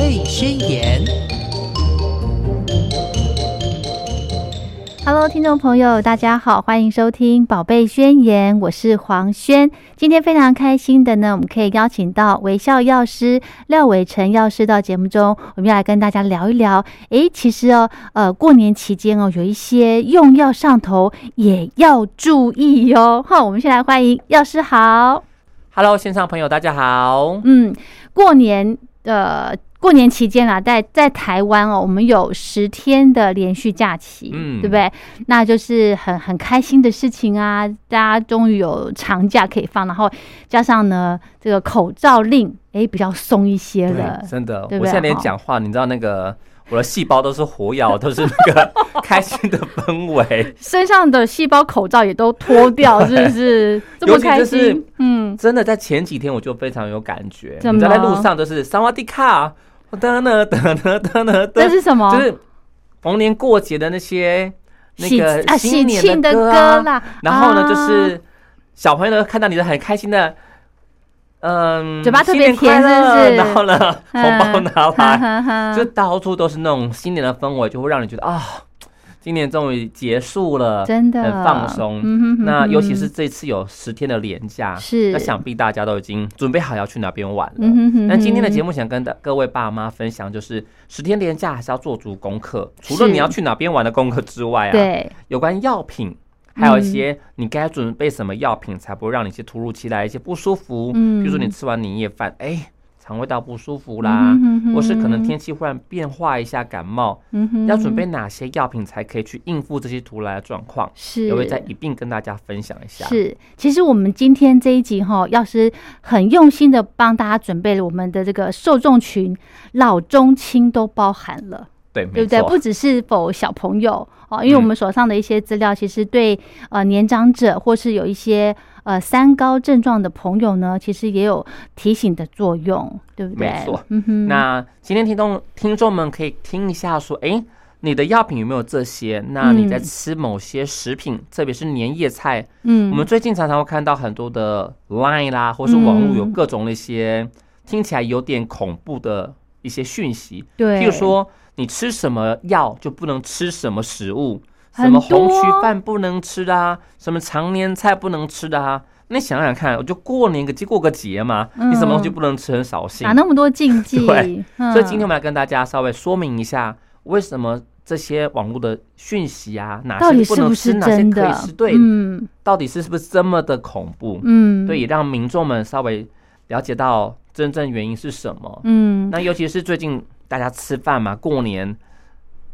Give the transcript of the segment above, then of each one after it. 类宣言》。 Hello，听众朋友，大家好，欢迎收听《宝贝宣言》，我是黄轩。今天非常开心的呢，我们可以邀请到微笑药师廖伟成药师到节目中，我们要来跟大家聊一聊。诶，其实哦，呃，过年期间哦，有一些用药上头也要注意哟、哦。哈，我们先来欢迎药师好。 Hello，线上朋友，大家好。嗯，过年呃，过年期间啊，在在台湾哦，我们有十天的连续假期，嗯对不对？那就是很很开心的事情啊，大家终于有长假可以放，然后加上呢，这个口罩令诶比较松一些了。嗯真的，对不对我现在连好讲话，你知道那个我的细胞都是活 跃，都是那个开心的氛围。身上的细胞口罩也都脱 掉，是不是？这么尤其开就是心，嗯，真的，在前几天我就非常有感觉，怎你知道在么路上就是萨瓦迪卡，噔呢噔呢噔呢这噔，是什么？就是逢年过节的那些那喜个啊喜新年庆的歌歌啊啦。然后呢，啊就是小朋友呢看到你的很开心的，嗯，嘴巴特别新年快甜乐是不是嗯然后呢，红包拿哈来，哈哈就到处都是那种新年的氛围，就会让你觉得啊，今年终于结束了，真的很放松。嗯哼哼哼那尤其是这次有十天的连假，是那想必大家都已经准备好要去哪边玩了。嗯哼哼但今天的哼节目想跟大各位爸妈分享，就是十天连假还是要做足功课，除是了你要去哪边玩的功课之外啊，对，有关药品，还有一嗯些你该准备什么药品，才不会让你一些突如其来一些不舒服。嗯比如说你吃完年夜饭，哎，肠胃道不舒服啦，嗯哼哼或是可能天气忽然变化一下感冒，嗯哼要准备哪些药品才可以去应付这些突来的状况？是也会再一并跟大家分享一下。是，其实我们今天这一集哈，要是很用心的帮大家准备了我们的这个受众群，老中青都包含了。对，对没不对？错不，只是否小朋友哦，因为我嗯们手上的一些资料，其实对呃年长者或是有一些呃三高症状的朋友呢，其实也有提醒的作用，对不对？没错嗯哼，那今天听众听众们可以听一下，说，哎，你的药品有没有这些？那你在嗯吃某些食品，特别是年夜菜，嗯，我们最近常常会看到很多的 Line 啦，或是网络有嗯各种的一些听起来有点恐怖的一些讯息，对，譬如说你吃什么药就不能吃什么食物，什很么红多曲饭不能吃啊，什么常年菜不能吃的啊。那你想想看，我就过年个过个节嘛，你什么东西嗯不能吃，很扫兴哪。那么多禁忌？ 对嗯所以今天我们来跟大家稍微说明一下，为什么这些网络的讯息啊，哪到些底不是能不吃，是哪些真可以的？吃，对，嗯到底是是不是这么的恐怖？嗯，对，也让民众们稍微了解到真正原因是什么。嗯，那尤其是最近大家吃饭嘛，过年，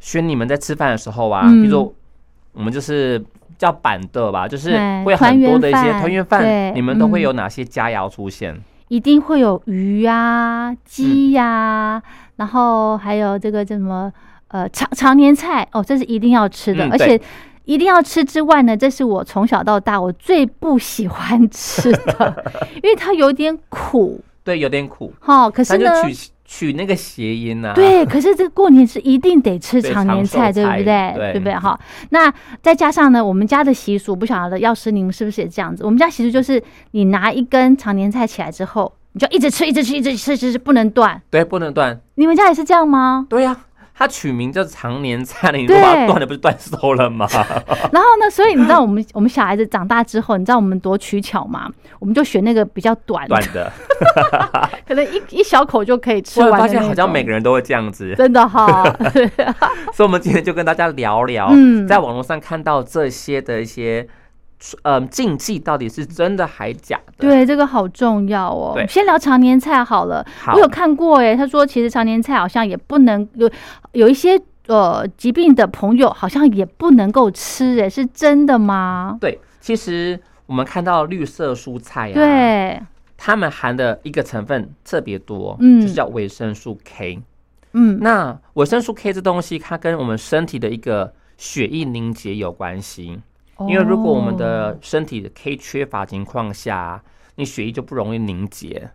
轩你们在吃饭的时候啊，嗯比如说我们就是叫板的吧，就是对会有很多的一哎团些圆饭团圆对饭，你们都嗯会有哪些佳肴出现？一定会有鱼啊、鸡呀、嗯然后还有这个叫什么呃常常年菜哦，这是一定要吃的，嗯而且对一定要吃之外呢，这是我从小到大我最不喜欢吃 的，因为它有点苦对，有点苦，哈、可是但就呢，取取那个谐音呐、啊。对，可是这过年是一定得吃对常年长寿菜，对不菜对？对对不对？哈，那再加上呢，我们家的习俗，不晓得药师您们是不是也这样子？我们家习俗就是，你拿一根常年菜起来之后，你就一直吃，一直吃，一直吃，就是不能断。对，不能断。？你们家也是这样吗对呀、它取名叫常年菜，你如对果把它断了，不是断收 了吗？然后呢，所以你知道我们我们小孩子长大之后，你知道我们多取巧吗？我们就选那个比较短，断的。可能一一小口就可以吃突完然的发现那好像种每个人都会这样子。真的 哈、所以，我们今天就跟大家聊聊，嗯在网络上看到这些的一些，嗯，禁忌到底是真的还假的？，对，这个好重要哦。对先聊常年菜好了。好我有看过诶，他说其实常年菜好像也不能有有一些呃疾病的朋友好像也不能够吃诶，是真的吗？对，其实我们看到绿色蔬菜啊，，对，它们含的一个成分特别多，嗯就是叫维生素 K。嗯，那维生素 K 这东西，它跟我们身体的一个血液凝结有关系，因为如果我们哦的身体的 K 缺乏情况下，你血液就不容易凝结。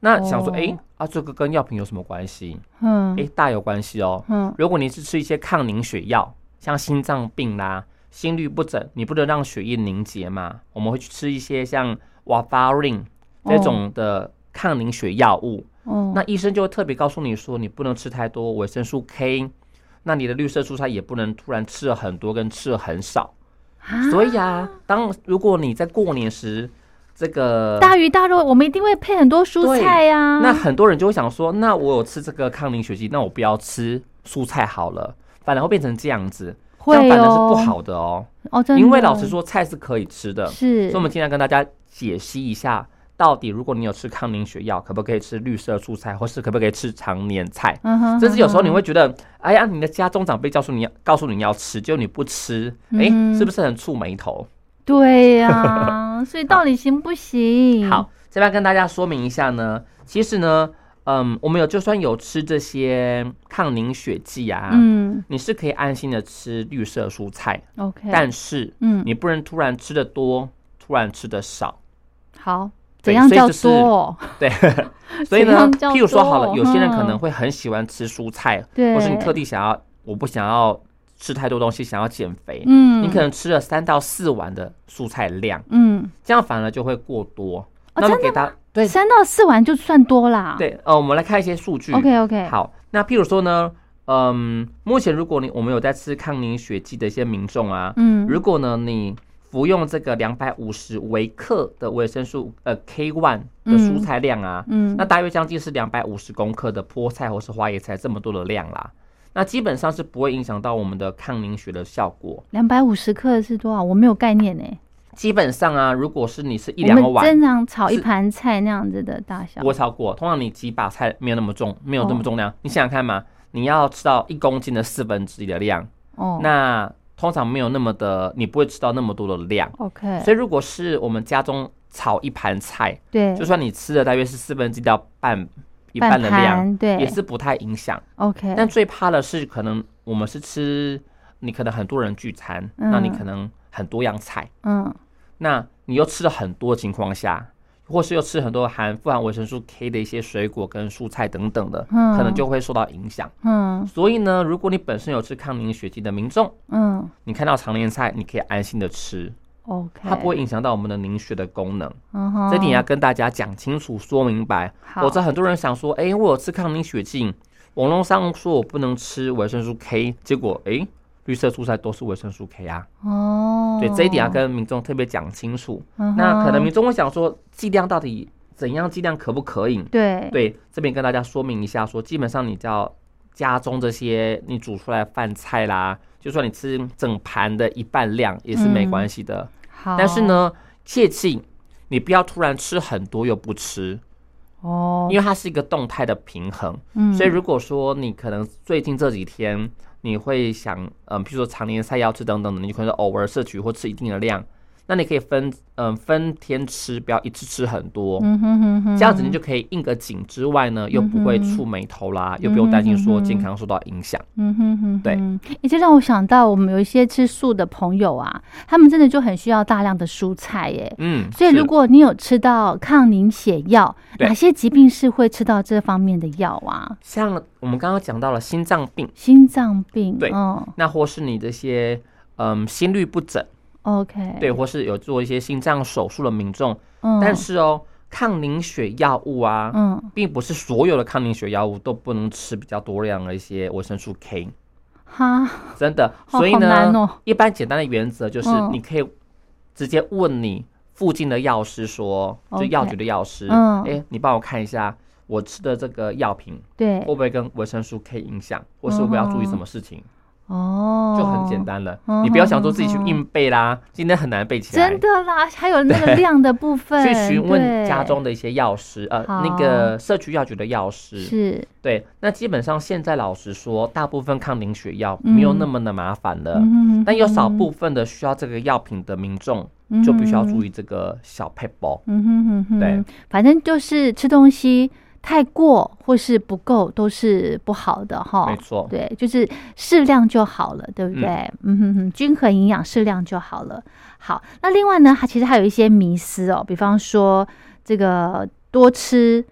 那想说，哦哎、啊，这个跟药品有什么关系？哦哎、嗯大有关系哦。嗯如果你是吃一些抗凝血药，像心脏病啦、心律不整，你不能让血液凝结嘛，我们会去吃一些像 warfarin 这种的抗凝血药物，哦，那医生就会特别告诉你说，你不能吃太多维生素 K，那你的绿色蔬菜也不能突然吃了很多跟吃了很少。啊所以啊，当如果你在过年时，这个啊大鱼大肉，我们一定会配很多蔬菜啊呀、那很多人就会想说，那我有吃这个抗凝血剂，那我不要吃蔬菜好了，反而会变成这样子，这会样反而是不哦，好的哦。哦，真的，因为老实，说，菜是可以吃的，是所以我们今天跟大家解析一下，到底如果你有吃抗凝血药，可不可以吃绿色蔬菜，或是可不可以吃常年菜？嗯哼，甚至有时候你嗯哼会觉得，哎呀，你的家中长辈告诉你要告诉你要吃，就你不吃，哎、嗯是不是很触眉头？对呀、 所以到底行不行？好，，这边跟大家说明一下呢，其实呢，嗯，我们有就算有吃这些抗凝血剂啊，嗯你是可以安心的吃绿色蔬菜， ，OK，但是嗯，你不能突然吃的多，突然吃的少。 好，怎对样所以叫就是多？对， 所以怎呢样，叫譬如说好了，多有些人可嗯能会很喜欢吃蔬菜，对，或是你特地想要，我不想要吃太多东西，想要减肥，嗯，你可能吃了三到四碗的蔬菜量，嗯，这样反而就会过多。哦那么真给大家对三到四碗就算多啦。对，呃，我们来看一些数据。 ，OK OK，好，那譬如说呢，嗯，目前如果你我们有在吃抗凝血剂的一些民众啊，嗯，如果呢你服用这个两百五十微克的维生素呃 K one 的蔬菜量啊，嗯那大约将近是两百五十公克的菠菜或是花椰菜这么多的量啦。那基本上是不会影响到我们的抗凝血的效果。两百五十克是多少？我没有概念呢。基本上啊，如果是你是一我两们碗，正常炒一是盘菜那样子的大小不。会超过。通常你几把菜没有那么重，没有那哦么重量。你想想看嘛，你要吃到一公斤的四分之一的量，哦，那通常没有那么的，你不会吃到那么多的量。 OK，所以如果是我们家中炒一盘菜，对，就算你吃了大约是四分之一到半一半半的量，盘对也是不太影响。 OK，但最怕的是，可能我们是吃，你可能很多人聚餐，那你嗯可能很多样菜，嗯那你又吃了很多情况下，或是又吃很多含富含维生素 K 的一些水果跟蔬菜等等的，嗯可能就会受到影响。嗯所以呢，如果你本身有吃抗凝血剂的民众，嗯你看到常年菜，你可以安心的吃， ，OK，它不会影响到我们的凝血的功能。嗯哼，这点啊要跟大家讲清楚、说明白。好否则很多人想说，哎、我有吃抗凝血剂，网络上说我不能吃维生素 K，结果哎、诶绿色蔬菜都是维生素 K 啊。哦，对，这一点要啊跟民众特别讲清楚。嗯哼那可能民众会想说，剂量到底怎样？剂量可不可以？对对，这边跟大家说明一下说基本上你只要家中这些你煮出来的饭菜啦，就算你吃整盘的一半量也是没嗯关系的。好，但是呢，切记你不要突然吃很多又不吃，哦，因为它是一个动态的平衡。嗯所以如果说你可能最近这几天你会想，嗯，譬如说常年菜要吃等等的，你可能偶尔摄取或吃一定的量，那你可以分，嗯，分天吃，不要一次吃很多。嗯嗯哼哼哼，这样子你就可以应个景之外呢，又不会触眉头啦，又不用担心说健康受到影响。嗯哼哼，对哼，也就让我想到我们有一些吃素的朋友啊，他们真的就很需要大量的蔬菜耶。嗯，所以是如果你有吃到抗凝血药，对哪些疾病是会吃到这方面的药啊？像我们刚刚讲到了心脏病，心脏病，对嗯那或是你这些嗯心律不整， ，OK，对，，或是有做一些心脏手术的民众，嗯，但是哦，抗凝血药物啊，嗯，并不是所有的抗凝血药物都不能吃比较多量的一些维生素 K，哈，真的。哦所以好难呢，哦一般简单的原则就是嗯你可以直接问你附近的药师说，就 OK 药局的药师，嗯哎，你帮我看一下我吃的这个药品对会，不会跟维生素 K 影响，或是我要注意什么事情，哦，就很简，单了哦。你不要想说自己去硬背啦，今天很难背起来。真的啦，还有那 个量的部分，去询问对家中的一些药师，呃，好那个社区药局的药师。是，对，那基本上现在老实说，大部分抗凝血药没有那么的麻烦嗯了，呃嗯但有少部分分的需要这个药品的民众就必须要注意，意这个小 p a p e 嗯哼哼哼，对，反正就是吃东西太过或是不够都是不好的哈没。错，哦对，就是适量就好了，对不对？嗯哼哼，均衡营养，适量就好了。好，那另外呢，它其实还有一些迷思哦，比方说这个多吃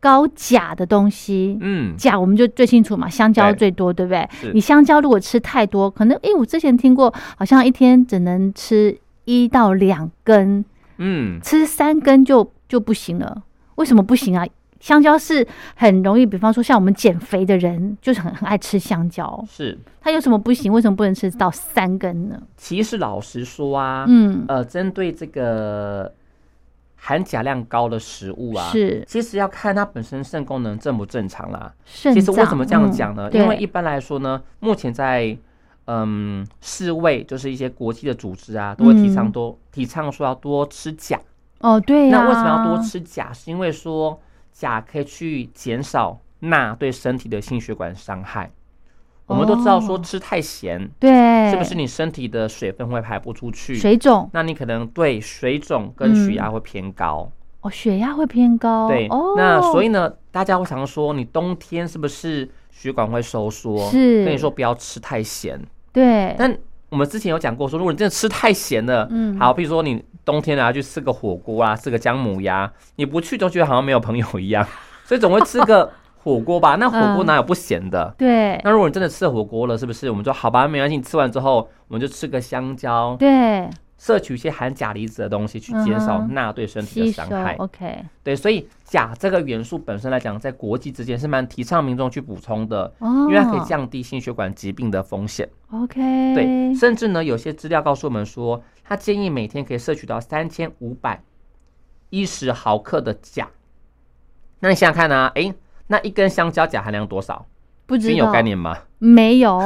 高钾的东西，嗯，钾我们就最清楚嘛，香蕉对最多，对不对是？你香蕉如果吃太多，可能诶，我之前听过，好像一天只能吃一到两根，嗯，吃三根就就不行了，为什么不行啊？香蕉是很容易，比方说像我们减肥的人，就是很很爱吃香蕉。是，它有什么不行？为什么不能吃到三根呢？其实老实说啊，嗯，呃，针对这个含钾量高的食物啊，是其实要看它本身肾功能正不正常啦、肾其实为脏什么这样讲呢？嗯因为对一般来说呢，目前在嗯世卫就是一些国际的组织啊，都会提倡嗯多、提倡说要多吃钾。哦，对呀、那为什么要多？吃钾？是因为说钾可以去减少钠对身体的心血管伤害。我们都知道说哦吃太咸，对，是不是你身体的水分会排不出去？水肿？那你可能对水肿跟血压嗯会偏高。哦，血压会偏高。对，哦，那所以呢，大家会常说你冬天是不是血管会收缩？是跟你说不要吃太咸。对，但我们之前有讲过说，如果你真的吃太咸了，嗯好，譬如说你冬天啊去吃个火锅啊，吃个姜母鸭，你不去都觉得好像没有朋友一样， 所以总会吃个火锅吧。嗯那火锅哪有不咸的？对那如果你真的吃了火锅了，是不是？我们说好吧，没关系，你吃完之后我们就吃个香蕉，对，摄取一些含钾离子的东西，去减少嗯哼钠对身体吸的收伤害。 OK，对，所以钾这个元素本身来讲，在国际之间是蛮提倡民众去补充的，哦，因为它可以降低心血管疾病的风险。 OK，对，甚至呢，有些资料告诉我们说，他建议每天可以摄取到三千五百一十毫克的钾。那你想想看啊，诶，那一根香蕉钾含量多少？不知君道有概念吗？没有？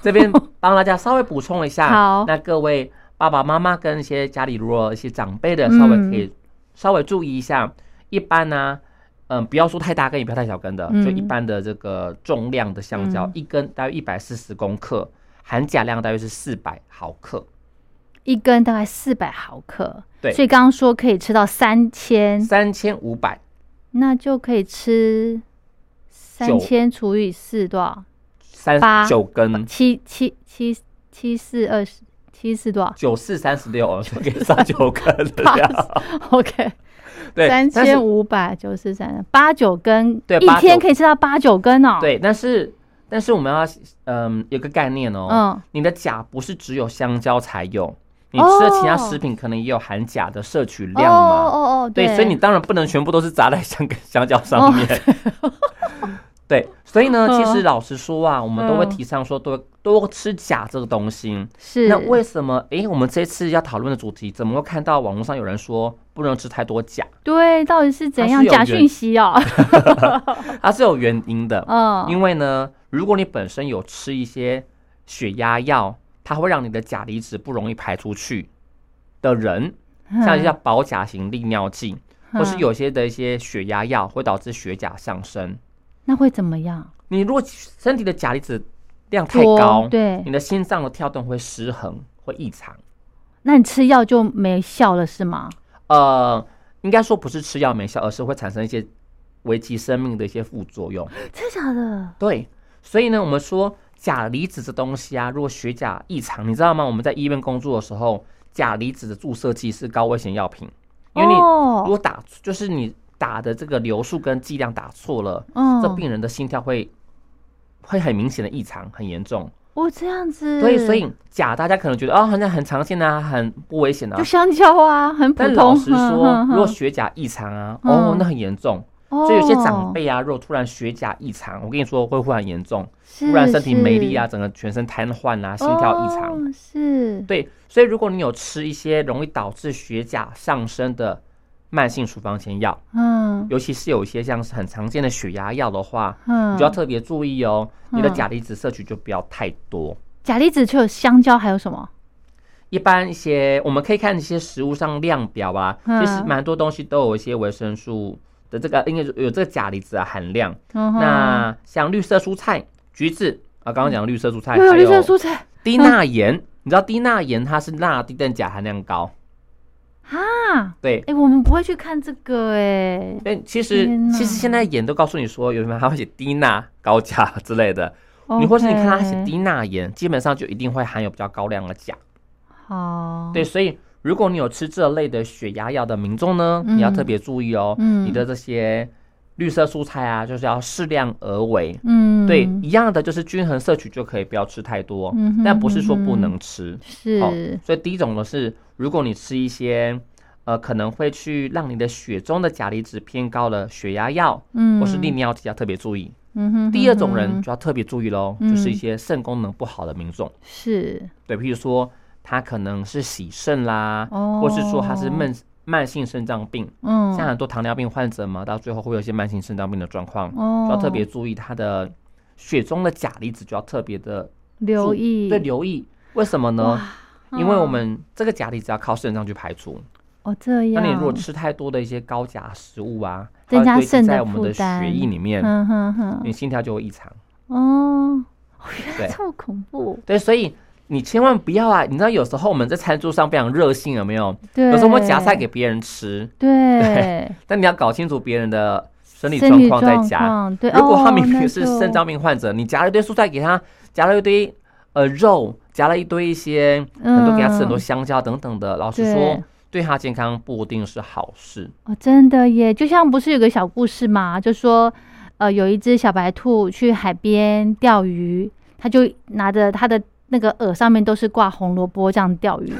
这边帮大家稍微补充一下。好那各位爸爸妈妈跟一些家里如果一些长辈的，稍微可嗯以稍微注意一下。一般呢、嗯，不要说太大根，也不要太小根的，嗯就一般的这个重量的香蕉，嗯一根大约一百四十公克，含钾量大约是四百毫克，一根大概四百毫克，对所以刚刚说可以吃到三千，三千五百那就可以吃三千除以四多少？三八九根，七七七七四二十七四多少 九四三十六，哦就可以上九根的量。 ？OK， 对，三但是千五百九十三八九根，对一八九天可以吃到八九根哦。，对，但是但是我们要嗯有个概念哦，嗯你的钾不是只有香蕉才有，你吃的其他哦食品可能也有含钾的摄取哦量嘛。哦哦，对，所以你当然不能全部都是砸在香香蕉上面。 对，所以呢，其实哦嗯老实说啊，我们都会嗯提倡说多多吃钾这个东西。是那为什么？诶，我们这次要讨论的主题，怎么会看到网络上有人说不能吃太多钾？对，到底是怎它样是有假原讯息 哦？它啊是有原因的。嗯，因为呢，如果你本身有吃一些血压药，它会让你的钾离子不容易排出去的人，像一些保钾型利尿剂，或是嗯有些的一些血压药会导致血钾上升。那会怎么样？你如果身体的钾离子量太多高，对你的心脏的跳动会失衡，会异常。那你吃药就没效了是吗？呃，应该说不是吃药没效，而是会产生一些危及生命的一些副作用。真的假的？对，所以呢，我们说钾离子这东西啊，如果血钾异常，你知道吗？我们在医院工作的时候，钾离子的注射剂是高危险药品，因为你如哦，果打就是你打的这个流速跟剂量打错了，嗯这病人的心跳会会很明显的异常，很严重。哦这样子，所以，所以钾大家可能觉得啊、好像很常见啊，很不危险啊就。香蕉啊，很普但通。老实说 哼，如果血钾异常啊，哦嗯，那很严重。哼所以有些长哦辈啊，如果突然血钾异常，我跟你说会会很严重。是不然身体没力啊，，整个全身瘫痪啊，是心跳异常。哦是对，所以如果你有吃一些容易导致血钾上升的慢性处方前药，嗯尤其是有一些像是很常见的血压药的话，嗯，你就要特别注意哦，你的嗯钾离子摄取就不要太多。钾离子除了香蕉还有什么？一般一些我们可以看一些食物上量表啊，其实嗯蛮多东西都有一些维生素的这个，应该有这个钾离子的含量。嗯哼那像绿色蔬菜、橘子啊，刚刚讲的绿色蔬菜，又有还哎嗯绿色蔬菜低钠盐，你知道低钠盐它是钠低但钾含量高，啊。对。哎，我们不会去看这个哎，但其实天哪其实现在盐都告诉你说，有什么还会写低钠高钾之类的，你或是你看它写 OK，低钠盐，基本上就一定会含有比较高量的钾。好，对，所以如果你有吃这类的血压药的民众呢，你要嗯特别注意哦，嗯你的这些绿色蔬菜啊，就是要适量而为。嗯，对，一样的就是均衡摄取就可以，不要吃太多嗯哼，但不是说不嗯哼能吃。好是，所以第一种呢是，如果你吃一些呃，可能会去让你的血中的钾离子偏高的血压药嗯，或是利尿剂要特别注意。嗯哼，第二种嗯人哼就要特别注意喽，嗯就是一些肾功能不好的民众，是对，譬如说他可能是洗肾啦，哦，或是说他是慢慢性肾脏病，嗯，像很多糖尿病患者嘛，到最后会有一些慢性肾脏病的状况，哦就要特别注意他的血中的钾离子，就要特别的留意，对留意。为什么呢？哇因为我嗯们这个钾离子要靠肾脏去排除，哦这那样，你如果吃太多的一些高钾食物啊，它增会加堆积肾的在我们的负担血液里面，嗯哼哼，你心跳就会异常。哦，原来对这么恐怖，对，所以你千万不要啊！你知道有时候我们在餐桌上非常热性，有没有？对，有时候我们夹菜给别人吃，对但你要搞清楚别人的 生理生状理况再状夹。况，对，如果他哦明那明是就肾脏病患者，你夹了一堆蔬菜给他，夹了一堆呃肉，夹了一堆一些很多给他吃很多嗯香蕉等等的，老实对说，对他健康不一定是好事。 哦，真的耶！就像不是有个小故事嘛，就说，呃，有一只小白兔去海边钓鱼，它就拿着它的那个饵上面都是挂红萝卜这样钓鱼，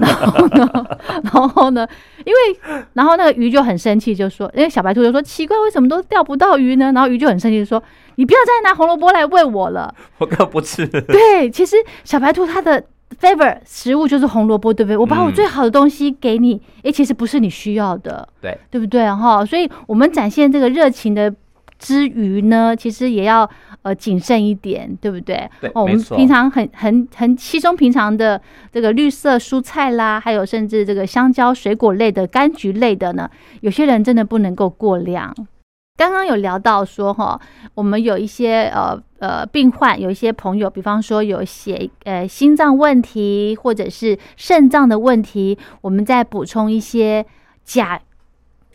然后呢， 然后呢，因为然后那个鱼就很生气，就说，因为小白兔就说奇怪，为什么都钓不到鱼呢？然后鱼就很生气，就说你不要再拿红萝卜来喂我了。我可不吃， 对，其实小白兔它的 favor 食物就是红萝卜，对不对？我把我嗯最好的东西给你，诶、其实不是你需要的。对，对不对哈？所以我们展现这个热情的之余呢，其实也要呃谨慎一点，对不对？对哦，我没们错平常很很很稀松平常的这个绿色蔬菜啦，还有甚至这个香蕉、水果类的、柑橘类的呢，有些人真的不能够过量。刚刚有聊到说哈，我们有一些呃呃病患，有一些朋友，比方说有血呃心脏问题或者是肾脏的问题，我们再补充一些钾，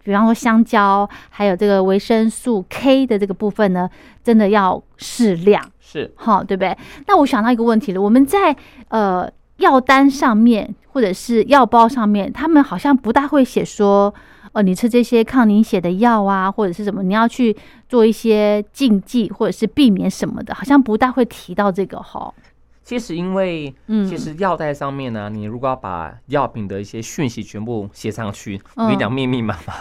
比方说香蕉，还有这个维生素 K 的这个部分呢，真的要适量。是好，对不对？那我想到一个问题了，我们在呃药单上面或者是药包上面，他们好像不大会写说，呃，你吃这些抗凝血的药啊，或者是什么，你要去做一些禁忌或者是避免什么的，好像不大会提到这个哈。其实因为嗯其实药袋上面呢、你如果要把药品的一些讯息全部写上去，我跟你讲密密麻麻，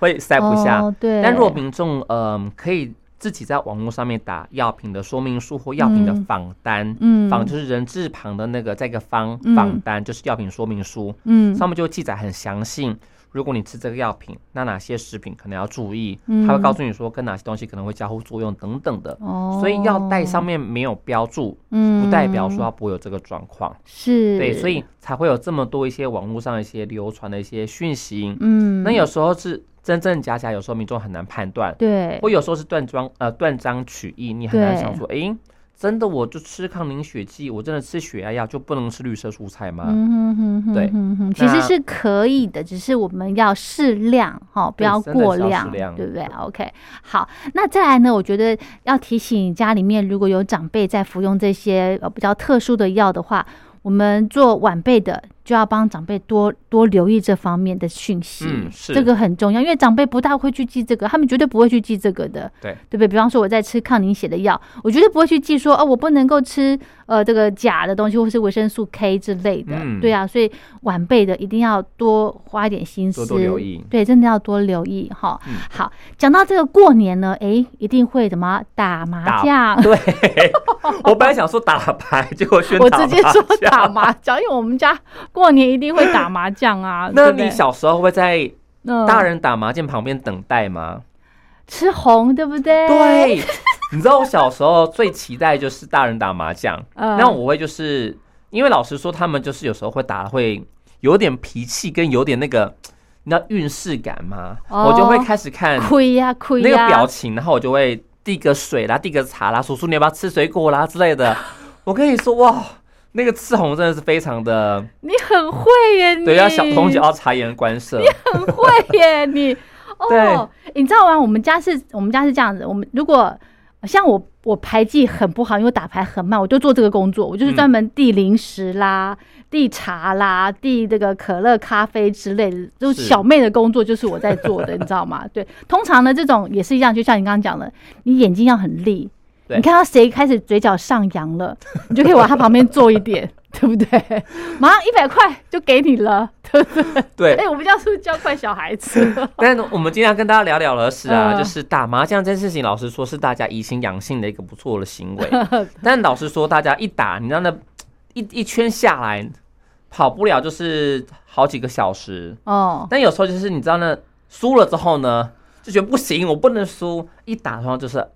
会塞不下。嗯哦、对。但如果民众嗯、可以自己在网络上面打药品的说明书或药品的嗯仿单，嗯仿就是人字旁的那个再一个方嗯仿单，就是药品说明书，嗯上面就会记载很详细。如果你吃这个药品，那哪些食品可能要注意？嗯他会告诉你说跟哪些东西可能会交互作用等等的。哦，所以药袋上面没有标注，嗯不代表说它不会有这个状况。是对，所以才会有这么多一些网络上一些流传的一些讯息。嗯那有时候是真真假假，有时候民众很难判断，对或有时候是断章呃断章取义，你很难想说，诶，真的我就吃抗凝血剂，我真的吃血压药就不能吃绿色蔬菜吗？嗯哼哼哼对哼嗯哼，其实那是可以的，只是我们要适量哈，不对要真的是过要适量，量对不对？OK，好，那再来呢？我觉得要提醒家里面如果有长辈在服用这些呃比较特殊的药的话，我们做晚辈的就要帮长辈多多留意这方面的讯息，嗯是这个很重要，因为长辈不大会去记这个，他们绝对不会去记这个的，对对不对？比方说我在吃抗凝血的药，我绝对不会去记说哦，我不能够吃呃这个钾的东西或是维生素 K 之类的，嗯对啊，所以晚辈的一定要多花一点心思，多多留意对，真的要多留意哈。嗯好，讲到这个过年呢，诶，一定会怎么打麻 打将？ 对， 我本来想说打牌，结果宣我打直接麻说将打。麻将，因为我们家过年一定会打麻将啊。那对不对你小时候会在嗯大人打麻将旁边等待吗？吃红对不对？， 对，你知道我小时候最期待就是大人打麻将。 嗯那我会就是因为老实说，他们就是有时候会打会有点脾气，跟有点那个你知道运势感吗？哦我就会开始看亏呀亏那个呀，表情，然后我就会递个水啦，递个茶啦，叔叔你要不要吃水果啦之类 的。我跟你说哇，那个赤红真的是非常的，你很会耶，你对，要小红酒要察言观 色，很会耶，你哦，你知道吗？我们家是我们家是这样子，我们如果像我，我牌技很不好，因为我打牌很慢，我就做这个工作，我就是专门递零食啦、递茶啦、递这个可乐、咖啡之类的，就是是小妹的工作就是我在做的，你知道吗？对，通常呢，这种也是一样，就像你刚刚讲的，你眼睛要很利。对你看到谁开始嘴角上扬了，你就可以往他旁边坐一点，对不对？马上一百块就给你了，对不对？对哎、，我们这样是不是教坏小孩子？ 但我们今天要跟大家聊聊的是啊，嗯就是打麻将这件事情，老实说是大家怡心养性的一个不错的行 为。但老实说，大家一打，你知道那一一圈下来，跑不了就是好几个小时。 哦，但有时候就是你知道那输了之后呢，就觉得不行，我不能输，一打的话就是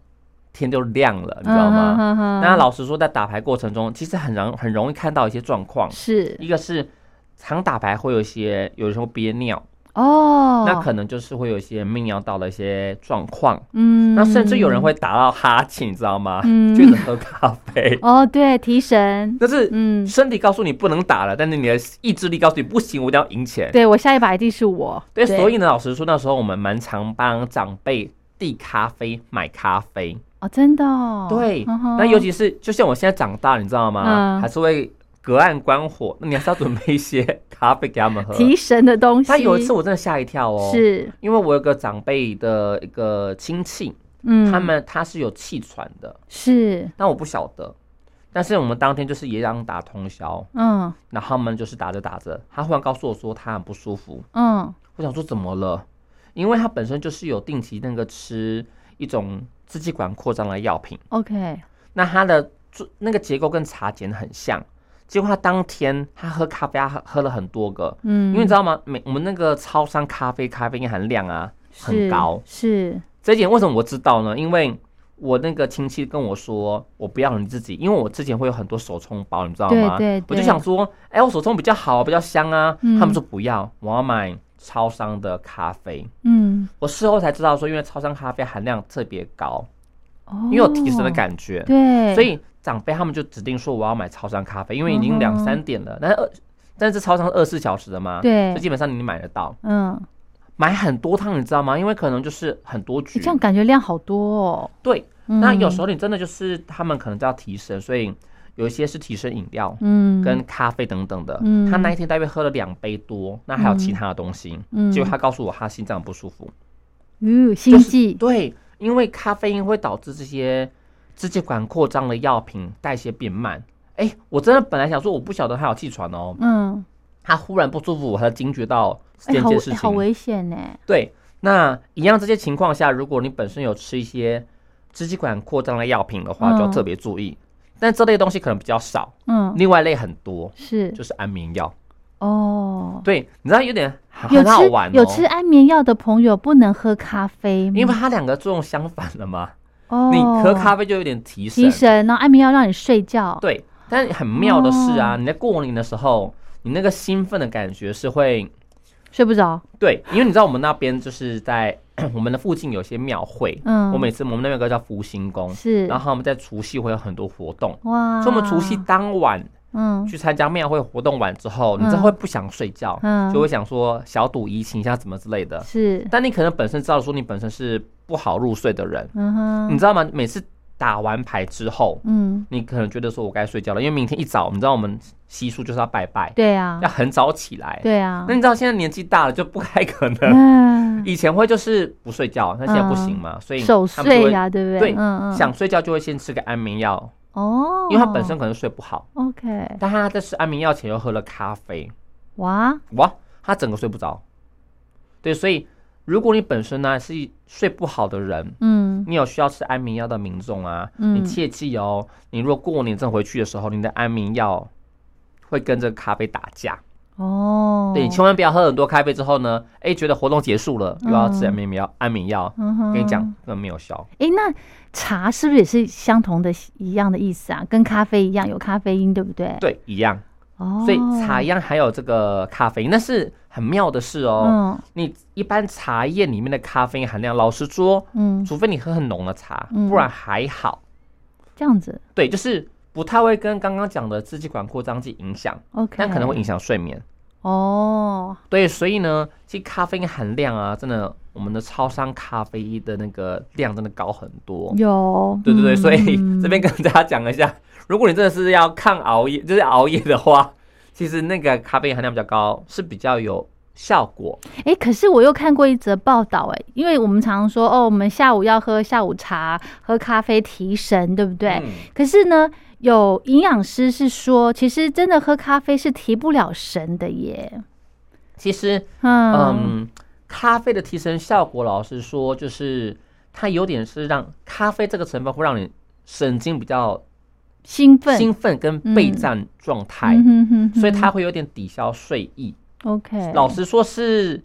天就亮了， 你知道吗？嗯哼哼那老实说，在打牌过程中，其实很容很容易看到一些状况，是一个是常打牌会有一些，有时候憋尿。哦，那可能就是会有一些泌尿道的一些状况，嗯那甚至有人会打到哈欠，你知道吗？嗯就一直喝咖 啡，哦，对，提神，但是嗯，身体告诉你不能打了，但是你的意志力告诉你不行，我一定要赢钱。对我下一把一定是我，对，所以呢，老实说，那时候我们蛮常帮长辈递咖啡、买咖啡。哦，真的、哦，对，嗯哼那尤其是就像我现在长大，你知道吗？嗯还是会隔岸观火，那你还是要准备一些咖啡给 他们喝。提神的东西，他有一次我真的吓一跳哦，是，因为我有个长辈的一个亲戚，嗯，他们他是有气喘的，是，那我不晓得。但是我们当天就是也让打通宵，嗯然后他们就是打着打着，他忽然告诉我说他很不舒服。嗯，我想说怎么了？因为他本身就是有定期那个吃一种支气管扩张的药品， OK，那他的做那个结构跟茶碱很像。结果他当天他喝咖啡，他喝喝了很多个，嗯，因为你知道吗？每我们那个超商咖啡咖啡因含量啊很是高，是，这一点为什么我知道呢？因为我那个亲戚跟我说，我不要你自己，因为我之前会有很多手冲包，你知道吗？对对我就想说，哎、我手冲比较好，比较香啊。嗯他们说不要，我要买超商的咖啡。嗯，我事后才知道说，因为超商咖啡含量特别高，哦，因为有提神的感觉，对，所以长辈他们就指定说我要买超商咖啡，因为已嗯经哼两三点了。但是二，但是超商是二十四小时的嘛，对所以基本上你买得到，嗯，买很多趟，你知道吗？因为可能就是很多你局这，样感觉量好多哦，对，那有时候，候你真的就是他们可能就要提神，所以有一些是提神饮料嗯，跟咖啡等等的。嗯他那一天大约喝了两杯多，那还有其他的东西。嗯结果他告诉我他心脏不舒服，嗯，就心是悸，对，因为咖啡因会导致这些支气管扩张的药品代谢变慢。哎，我真的本来想说我不晓得他有气喘哦，嗯，他忽然不舒服，我才惊觉到这哎，件好事情。哎好危险呢，对，那一样这些情况下，如果你本身有吃一些支气管扩张的药品的话，就要嗯特别注意。但这类东西可能比较少，嗯，另外一类很多，是就是安眠药。哦。对，你知道有点很有很吃好玩哦，有吃安眠药的朋友不能喝咖啡吗，因为它两个作用相反了嘛。哦，你喝咖啡就有点提神，提神，然后安眠药让你睡觉。对。但很妙的是哦啊，你在过年的时候，你那个兴奋的感觉是会睡不着。对，因为你知道我们那边就是在 我们的附近有些庙会，嗯，我每次我们那边有个叫福星宫，是啊然后他们在除夕会有很多活动，哇，所以我们除夕当晚嗯去参加庙会活动完之后，嗯你真的会不想睡觉，嗯就会想说小赌怡情一下怎么之类的。是但你可能本身知道说你本身是不好入睡的人，嗯你哼知道吗？每次打完牌之后，嗯你可能觉得说我该睡觉了，因为明天一早，你知道我们习俗就是要拜拜，对啊要很早起来。对啊那你知道现在年纪大了就不太可能，嗯以前会就是不睡觉，那现在不行嘛，所以守 他们就岁会呀对不对嗯嗯想睡觉就会先吃个安眠药，哦，因为他本身可能睡不好， OK 但他在吃安眠药前又喝了咖啡，哇哇，他整个睡不着。对，所以如果你本身呢是睡不好的人，嗯你有需要吃安眠药的民众啊，嗯你切记哦，你如果过年正回去的时候，你的安眠药会跟这个咖啡打架。哦，对，你千万不要喝很多咖啡之后呢，哎，觉得活动结束了又要吃嗯安眠药，安眠药，嗯哼跟你讲，根本没有效。哎，那茶是不是也是相同的一样的意思啊？跟咖啡一样有咖啡因对不对？对，一样。哦，所以茶一样还有这个咖啡因，那是很妙的事哦。嗯你一般茶叶里面的咖啡因含量，老实说，嗯除非你喝很浓的茶，嗯不然还好。这样子对，就是不太会跟刚刚讲的支气管扩张剂影响， OK，但可能会影响睡眠。哦对，所以呢，其实咖啡因含量啊，真的，我们的超商咖啡因的那个量真的高很多。嗯有对对对，所以嗯这边跟大家讲一下，如果你真的是要抗熬夜，就是熬夜的话，其实那个咖啡因含量比较高，是比较有效果。哎，可是我又看过一则报道，哎，因为我们常说哦，我们下午要喝下午茶、喝咖啡提神，对不对？嗯可是呢，有营养师是说，其实真的喝咖啡是提不了神的耶。其实，嗯，嗯，咖啡的提神效果，老实说，就是它有点是让咖啡这个成分会让你神经比较兴奋，兴奋跟备战状态，嗯哼哼哼所以它会有点抵消睡意。 OK，老实说，是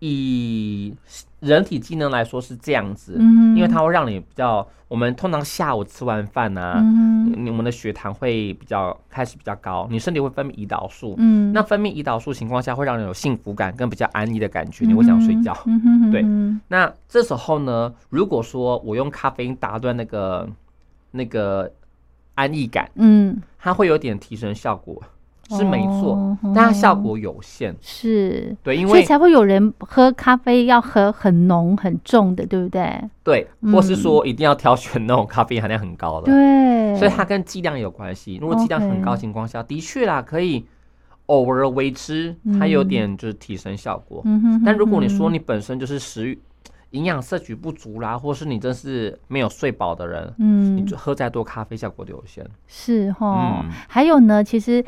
以人体机能来说是这样子，嗯哼因为它会让你比较，我们通常下午吃完饭呢、啊，嗯哼你我们的血糖会比较开始比较高，你身体会分泌胰岛素，嗯，那分泌胰岛素情况下会让人有幸福感跟比较安逸的感觉，你会想睡觉。嗯哼哼对哼那这时候呢，如果说我用咖啡因打断那个那个安逸感，嗯，它会有点提神效果，是没错，哦但它效果有限。是，对，因所以为才会有人喝咖啡要喝很浓很重的，对不对？对，或是说一定要挑选那种咖啡因含量很高的，嗯对，所以它跟剂量有关系。如果剂量很高 OK 情况下，的确啦，可以偶尔为之，它有点就是提神效果。嗯哼哼但如果你说哼你本身就是食欲、营养摄取不足啦，或是你真是没有睡饱的人，你嗯就喝再多咖啡效果都有限。是哈、嗯还有呢，其实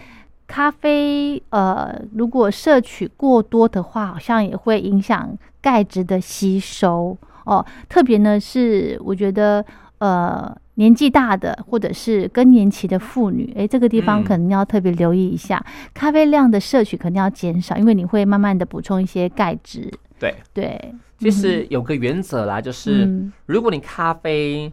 咖啡呃，如果摄取过多的话，好像也会影响钙质的吸收哦。特别呢是我觉得呃年纪大的或者是更年期的妇女，诶，这个地方嗯可能要特别留意一下，咖啡量的摄取肯定要减少，因为你会慢慢的补充一些钙质。对，对，其实有个原则啦，就是、嗯如果你咖啡，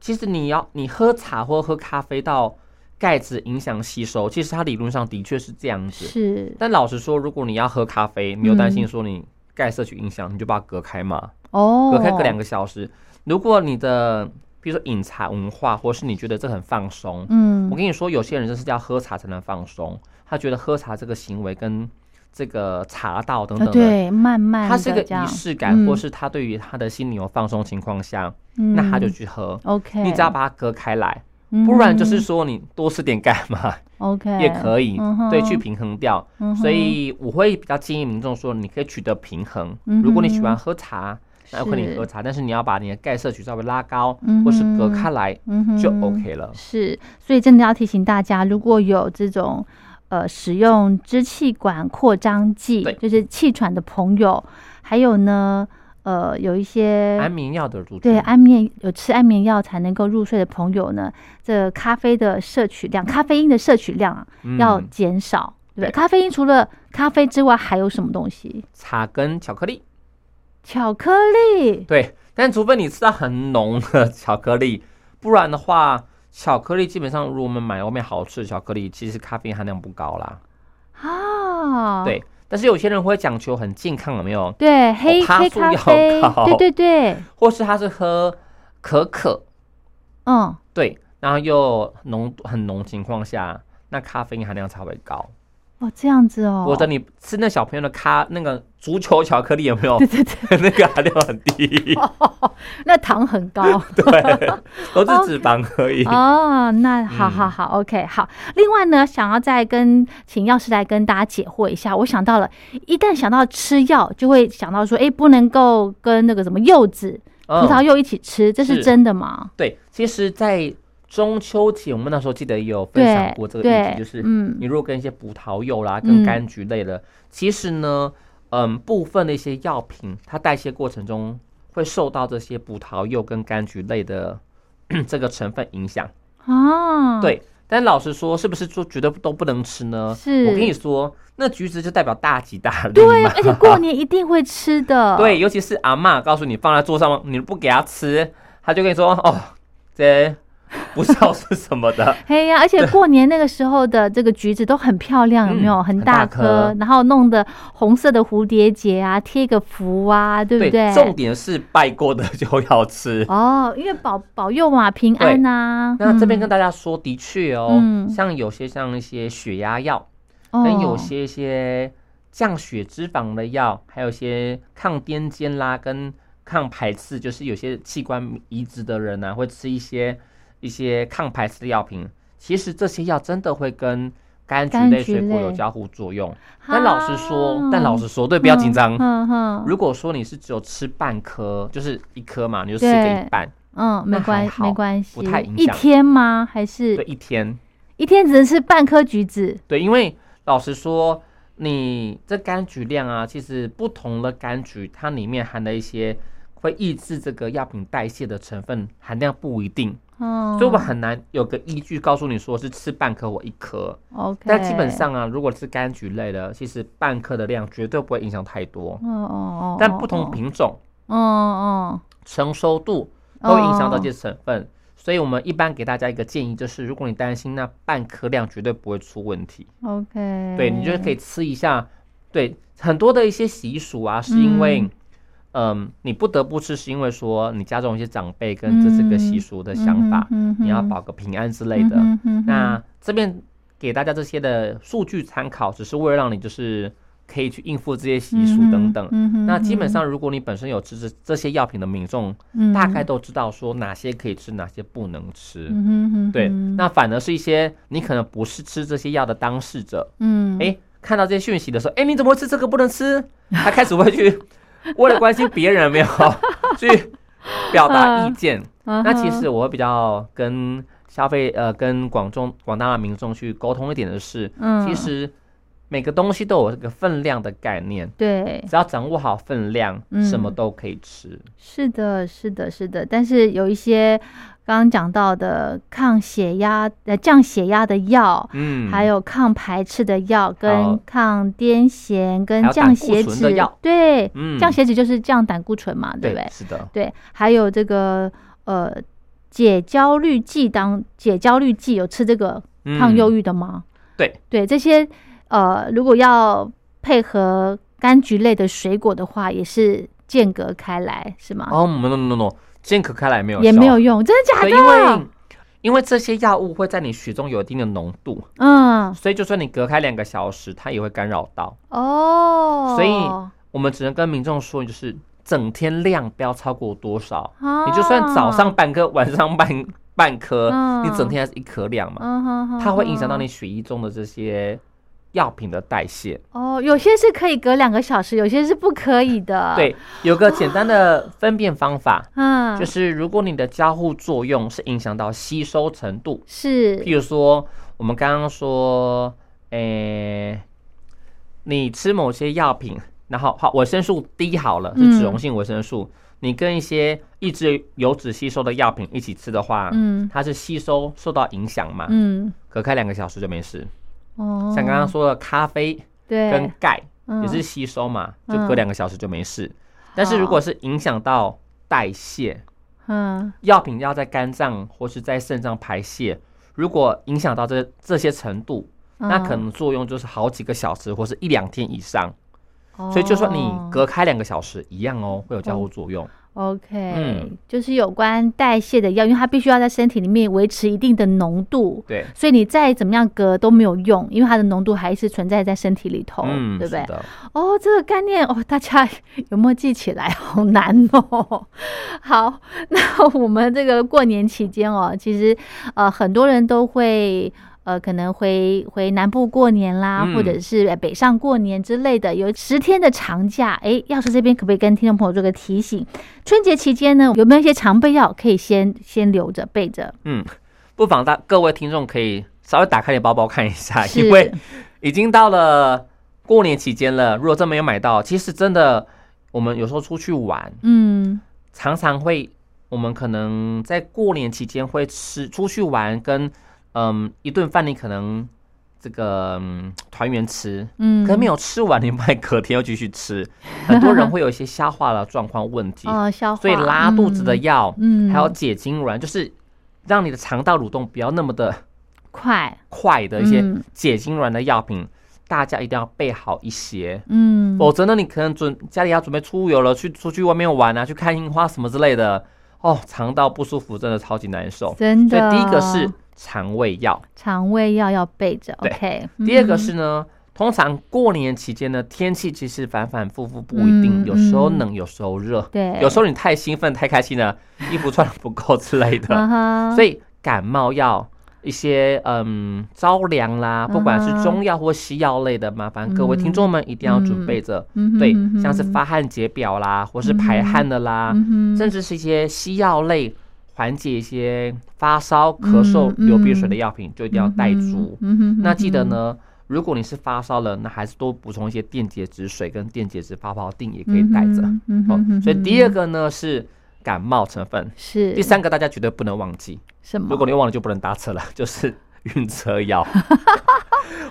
其实你要你喝茶或喝咖啡到钙质影响吸收，其实它理论上的确是这样子。是但老实说，如果你要喝咖啡，你又担心说你钙摄取影响，你就把它隔开嘛，哦，隔开个两个，个小时。如果你的比如说饮茶文化，或是你觉得这很放松，嗯我跟你说，有些人真是要喝茶才能放松，他觉得喝茶这个行为跟这个茶道啊等等的，对，慢慢他是地个这样仪式感，或嗯是他对于他的心理有放松情况下，嗯哦那他就去喝。 OK，你只要把它隔开来，嗯哼，不然就是说你多吃点干嘛 OK 也可以嗯哼，对，去平衡掉。嗯哼所以我会比较建议民众说，你可以取得平衡嗯哼。如果你喜欢喝茶，那可以是喝茶，但是你要把你的钙摄取稍微拉高嗯，或是哼隔开来嗯哼就 OK 了。是，所以真的要提醒大家，如果有这种呃使用支气管扩张剂对，就是气喘的朋友，还有呢，呃，有一些安眠药的入对剂安眠有吃安眠药才能够入睡的朋友呢，这咖啡的摄取量，咖啡因的摄取量啊，要嗯减少。对不对，对咖啡因除了咖啡之外，还有什么东西？茶跟巧克力，巧克力。对，但除非你吃到很浓的巧克力，不然的话，巧克力基本上如果我们买外面好吃的巧克力，其实咖啡因含量不高啦。啊，对，但是有些人会讲求很健康，有没有？对，黑、哦趴黑树咖要啡，烤对对对，或是他是喝可可，嗯，对，然后又浓很浓情况下，那咖啡因含量才会高。哦，这样子哦，否则你吃那小朋友的咖那个足球巧克力有 没有？对对对，那个含量很低，哦那糖很高对，都是脂肪而已。哦，嗯那好好好、o k 好。另外呢，想要再跟请药师来跟大家解惑一下，我想到了，一旦想到吃药，就会想到说，哎，不能够跟那个什么柚子、嗯葡萄柚一起吃，这是是真的吗？对，其实，在中秋节，我们那时候记得也有分享过这个议对，题，就是嗯你如果跟一些葡萄柚啦、嗯跟柑橘类的，其实呢，嗯，部分的一些药品，它代谢过程中会受到这些葡萄柚跟柑橘类的 这个成分影响。啊，对，但老实说，是不是说绝对都不能吃呢？是我跟你说，那橘子就代表大吉大 利对，嘛。而且过年一定会吃的，对，尤其是阿嬷告诉你放在桌上，你不给她吃，她就跟你说哦，这不知道是什么的。嘿呀、而且过年那个时候的这个橘子都很漂亮，有没有？嗯很很大大颗，颗然后弄的红色的蝴蝶结啊，贴一个福啊， 对不重点是拜过的就要吃。哦，因为保保佑嘛，平安呐、那这边跟嗯大家说，的确哦，嗯像有些像一些血压药，哦跟有些一些降血脂肪的药，还有一些抗癫痫啦，跟抗排斥，就是有些器官移植的人呢、啊会吃一些一些抗排斥的药品。其实这些药真的会跟柑橘柑类橘水果类有交互作用。但老实说，但老实说，对，说不要紧张。啊嗯嗯如果说你是只有吃半颗，就是一颗嘛，你就吃个对一半，嗯，没那关还好没关系，不太影一响天吗？还对，是一天。一天只能吃半颗橘子？对，因为老实说，你这柑橘量啊，其实不同的柑橘，它里面含的一些会抑制这个药品代谢的成分含量不一定，嗯，所以我们很难有个依据告诉你说是吃半颗或一颗。 OK，但基本，上啊，如果是柑橘类的，其实半颗的量绝对不会影响太多。哦哦哦，但不哦同，品种、哦哦，成熟度都会影响到哦这些成分。所以，我们一般给大家一个建议，就是如果你担心，那半颗量绝对不会出问题。嗯 OK，对你就可以，以吃一下。对，很多的一些习俗啊，是因为，嗯、你不得不吃，是因为说你家中有一些长辈跟这这个习嗯俗的想法，嗯哼，你要嗯哼保个平安之类的。嗯哼嗯哼那这边给大家这些的数据参考，只是为了让你就是可以去应付这些习俗等等。嗯哼那基本，上，如果你本身有吃这这些药品的民众，嗯大概，都知道说哪些可以吃，哪些不能吃。嗯哼嗯哼对，那反而是一些你可能不是吃这些药的当事者，嗯，哎、看到这些讯息的时候，哎、你怎么会吃这个不能吃？ 他开始会去为了关心别人有没有去表达意见。嗯哼，那其实我会比较跟消费呃跟广众广大的民众去沟通一点的是，嗯，其实每个东西都有这个分量的概念，对，只要掌握好分量，嗯什么都可以吃。是的，是的，是的，但是有一些刚刚讲到的抗血压、呃降血压的药，嗯，还有抗排斥的药，跟好抗癫痫，跟还有降胆固血醇的脂药，对，嗯降血脂就是降胆固醇嘛，对不对对，？是的，对，还有这个呃解焦虑剂当解焦虑剂有吃这个抗忧郁、郁的吗？嗯对对，这些呃如果要配合柑橘类的水果的话，也是间隔开来是吗？哦，no no no no，健可开来没有也没效有用，真的假对，的？因为因为这些药物会在你血中有一定的浓度，嗯，所以就算你隔开两个小时，它也会干扰到。哦，所以我们只能跟民众说，就是整天量不要超过多少，啊你就算早上，半颗，晚上半半颗，嗯你整天还是一颗量嘛，嗯哼哼它会影响到哼你血液中的这些药品的代谢。哦。有些是可以隔两个小时，有些是不可以的。， 对，有个简单的分辨方法。嗯，就是是如果你的交互作用是影响到吸收程度，是，譬如说，我们刚刚说，诶、你吃某些药品，然后好维生素 D 好了，是嗯脂溶性维生素，你跟一些抑制油脂吸收的药品一起吃的话，嗯它是吸收受到影响嘛，嗯，隔开两个小时就没事。哦，像刚刚说的咖啡对，跟钙嗯也是吸收嘛，嗯就隔两个小时就没事。但是如果是影响到代谢，嗯药品要在肝脏或是在肾脏排泄，如果影响到这这些程度，嗯那可能作用就是好几个小时或是一两天以上，嗯所以就算你哦嗯隔开两个小时一样哦，会有交互作用。 OK，、嗯就是有关代谢的药，因为它必须要在身体里面维持一定的浓度，对，所以你再怎么样隔都没有用，因为它的浓度还是存在在身体里头，嗯，对不对是？的，哦，这个概念哦，大家有没有记起来？ 好难哦。好，那我们这个过年期间哦，其实呃，很多人都会。呃，可能回回南部过年啦，嗯或者是呃北上过年之类的，有十天的长假。哎，要是这边可不可以跟听众朋友做个提醒？春节期间呢，有没有一些常备药可以先先留着备着？嗯，不妨大各位听众可以稍微打开你的包包看一下，是因为已经到了过年期间了，如果真没有买到，其实真的我们有时候出去玩，嗯，常常会，我们可能在过年期间会吃出去玩跟，嗯一顿饭，你可能这个嗯团圆吃，嗯可是没有吃完，你买隔天又继续吃，很多人会有一些消化的状况问 题，哦，消化，所以拉肚子的药，嗯，嗯，还有解痉挛，就是让你的肠道蠕动不要那么的快，快的一些嗯解痉挛的药品，大家一定要备好一些。嗯，否则呢，你可能准家里要准备出游了，去出去外面玩啊，去看樱花什么之类的，哦，肠道不舒服真的超级难受。真所的。以第一个是肠胃药，肠胃药要备着。对 OK，第二个嗯是呢，通常过年期间呢，天气其实反反复复不一嗯定，有时候冷，有时候热，对，有时候你嗯太兴奋太开心了，衣服穿的不够之类的，候所以感冒药、一些嗯着凉啦，不管啊是哈中药或西药类的，麻烦各位听众们一定要准备着。嗯哼对嗯，哼像是发汗解表啦，或是排汗的啦，嗯哼甚至是一些西药类缓解一些发烧、咳嗽、嗯流鼻水的药品，就一定要带足。嗯哼，那记得呢，如果你是发烧了，那还是多补充一些电解质水跟电解质发泡定也可以带着。嗯哼，嗯哦哼，嗯所以第二哼个呢是感冒成分，是第三个大家绝对不能忘记。什么？如果你忘了就不能搭车了， 就是晕车药。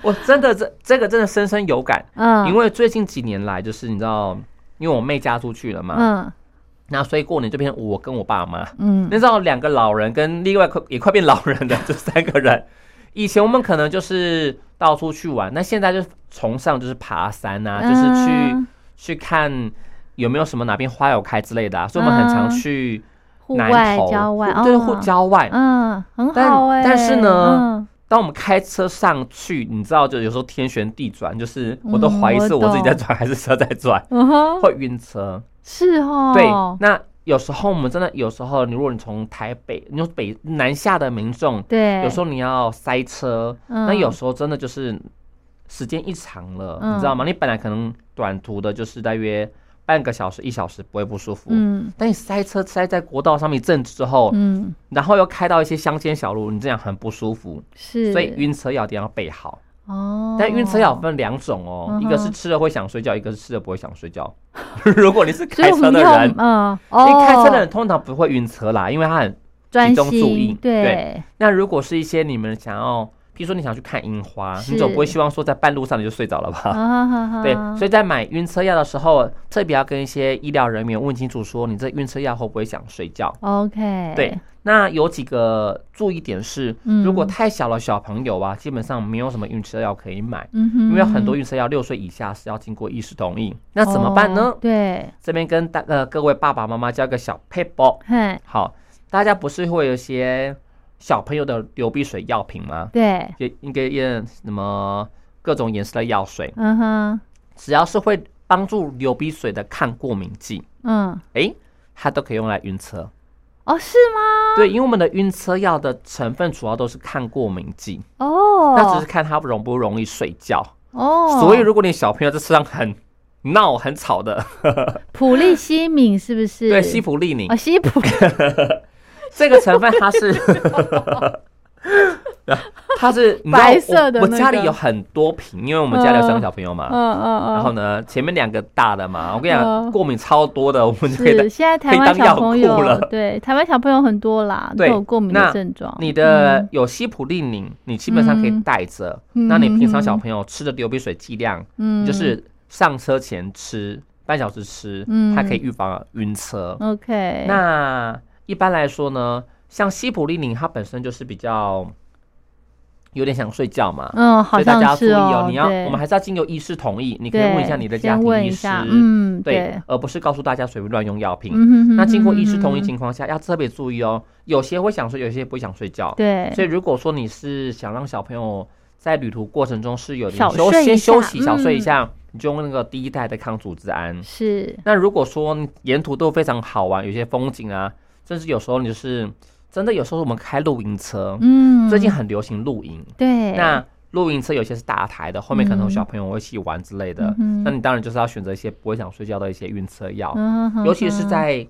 我真的这这个真的深深有感，嗯，因为最近几年来，就是你知道，因为我妹嫁出去了嘛，嗯那所以过年这边我跟我爸妈，嗯那时候两个老人跟另外快也快变老人的，就三个人。 以前我们可能就是到处去玩，那现在就崇尚就是爬山啊，就是去嗯去看有没有什么哪边花有开之类的、啊，所以我们很常嗯去户南外投，郊外，对，哦户郊外。嗯，很但好哎。但是呢嗯，当我们开车上去，你知道，就有时候天旋地转，就是我都嗯怀疑我是我自己在懂转还是车在转，嗯哼，会晕车。是哦，对，那有时候我们真的有时候，你如果你从台北，你说北南下的民众，对，有时候你要塞车，嗯那有时候真的就是时间一长了，嗯你知道吗？你本来可能短途的，就是大约半个小时、一小时不会不舒服，嗯但你塞车塞在国道上面一阵子之后，嗯然后又开到一些乡间小路，你这样很不舒服，是，所以晕车药一定要备好。哦，但晕车药分两种哦，嗯哼一个是吃了会想睡觉，一个是吃了不会想睡觉。 如果你是所以开我车们的要人，嗯，因为哦，开车的人通常不会晕车啦，因为他很。专中注意心，对，那如果是一些你们想要，譬如说你想去看樱花，是你总不会希望说在半路上你就睡着了吧？啊哈哈，对，所以在买晕车药的时候，特别要跟一些医疗人员问清楚，说你这晕车药会不会想睡觉？ OK，对，，那有几个注意点是，嗯如果太小的小朋友啊，基本上没有什么晕车药可以买，嗯哼，因为很多晕车药六岁以下是要经过医师同意，那怎么办呢哦？对，这边跟大呃各位爸爸妈妈教一个小 paper，嘿，好，大家不是会有一些小朋友的流鼻水药品吗？对，也应该验什么各种颜色的药水，嗯哼，只要是会帮助流鼻水的抗过敏剂，嗯，诶，它都可以用来晕车。哦，是吗？对，因为我们的晕车药的成分主要都是抗过敏剂，哦，那只是看它容不容易睡觉。哦，所以如果你小朋友在车上很闹、很吵的，普利西敏是不是？对，西普利宁哦，西 普，这个成分 它是，它是你知道白色的我。我那家里个有很多瓶，因为我们家里有三个小朋友嘛。嗯嗯然后嗯，呢，前面两个大的嘛，我跟你嗯讲，过敏超多的，我们就可以带是现在台湾可以当小药朋库友了对台湾小朋友很多啦，都对有过敏的那症状。你的有西普利宁，你基本上可以带着。嗯那你平常小朋友吃的流鼻水剂量，嗯，就是上车前吃半小时吃，嗯它可以预防晕车。 OK，那一般来说呢，像西普利宁它本身就是比较有点想睡觉嘛，嗯，好所以大家要像注是意哦，你要对我们还是要经由医师同意，你可以对问一下你的家先庭问医一师，下，嗯，对对，，而不是告诉大家随便乱用药品。嗯哼哼那经过哼医师哼同意哼情况下，要特别注意哦。有些会想睡，有些不想睡觉。对，所以如果说你是想让小朋友在旅途过程中是有少点休睡一先休下息、小睡一嗯下，你就用那个第一代的抗组织胺。是那如果说你沿途都非常好玩，有些风景啊，甚至有时候你就是真的，有时候我们开露营车，嗯，最近很流行露营。对，那露营车有些是大台的，后面可能嗯有小朋友会一起玩之类的嗯，哼那你当然就是要选择一些不会想睡觉的一些晕车药。嗯嗯哼尤其是哼在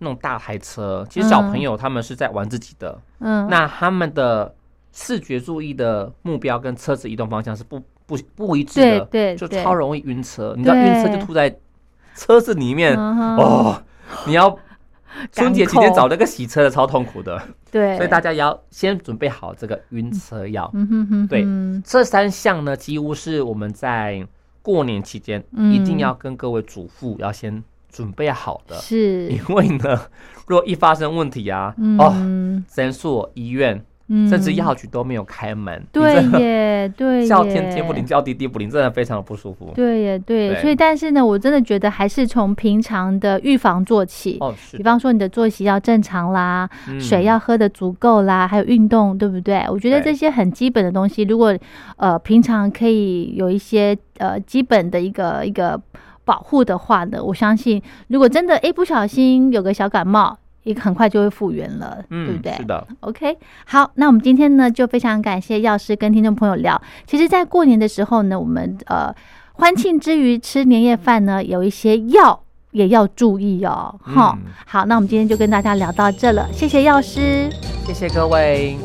那种大台车，其实小朋友他们是在玩自己的，嗯那他们的视觉注意的目标跟车子移动方向是不不不一致对的，对就对超容易晕车。你知道对晕车就吐在车子里面嗯哼哦，你 要春节期赶间口找那个洗车的超痛苦的，对，所以大家也要先准备好这个晕车药。嗯哼哼对哼这三项呢，几乎是我们在过年期间嗯一定要跟各位嘱咐，要先准备好的。是因为呢，如果一发生问题啊，哦，嗯诊所、医院嗯甚至药局都没有开门，你对真的耶 对叫天天耶不灵，叫地地不灵，真的非常的不舒服。对耶对耶，对所以但是呢，我真的觉得还是从平常的预防做起。哦，是比的，方说你的作息要正常啦，嗯水要喝的足够啦，还有运动，对不对？我觉得对这些很基本的东西，如果呃平常可以有一些呃基本的一个一个保护的话呢，我相信如果真的诶不小心有个小感冒，也很快就会复原了，嗯，对不对是？的， OK，好，那我们今天呢就非常感谢药师跟听众朋友聊。其实，在过年的时候呢，我们呃欢庆之余吃年夜饭呢，有一些药也要注意哦。哈、嗯好，那我们今天就跟大家聊到这了，谢谢药师。谢谢各位。